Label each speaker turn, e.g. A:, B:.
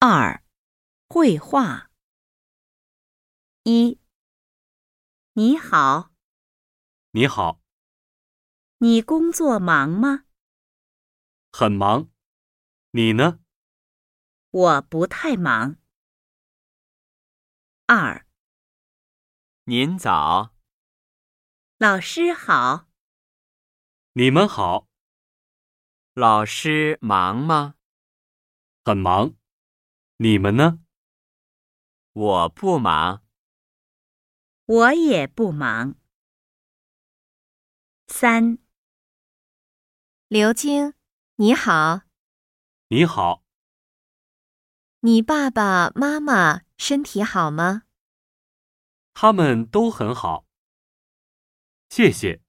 A: 二、绘画。一、你好，
B: 你好，
A: 你工作忙吗？
B: 很忙。你呢？
A: 我不太忙。二、
C: 您早，
A: 老师好，
B: 你们好，
C: 老师忙吗？
B: 很忙。你们呢？
C: 我不忙，
A: 我也不忙。三、
D: 刘晶，你好，
B: 你好，
D: 你爸爸妈妈身体好吗？
B: 他们都很好。谢谢。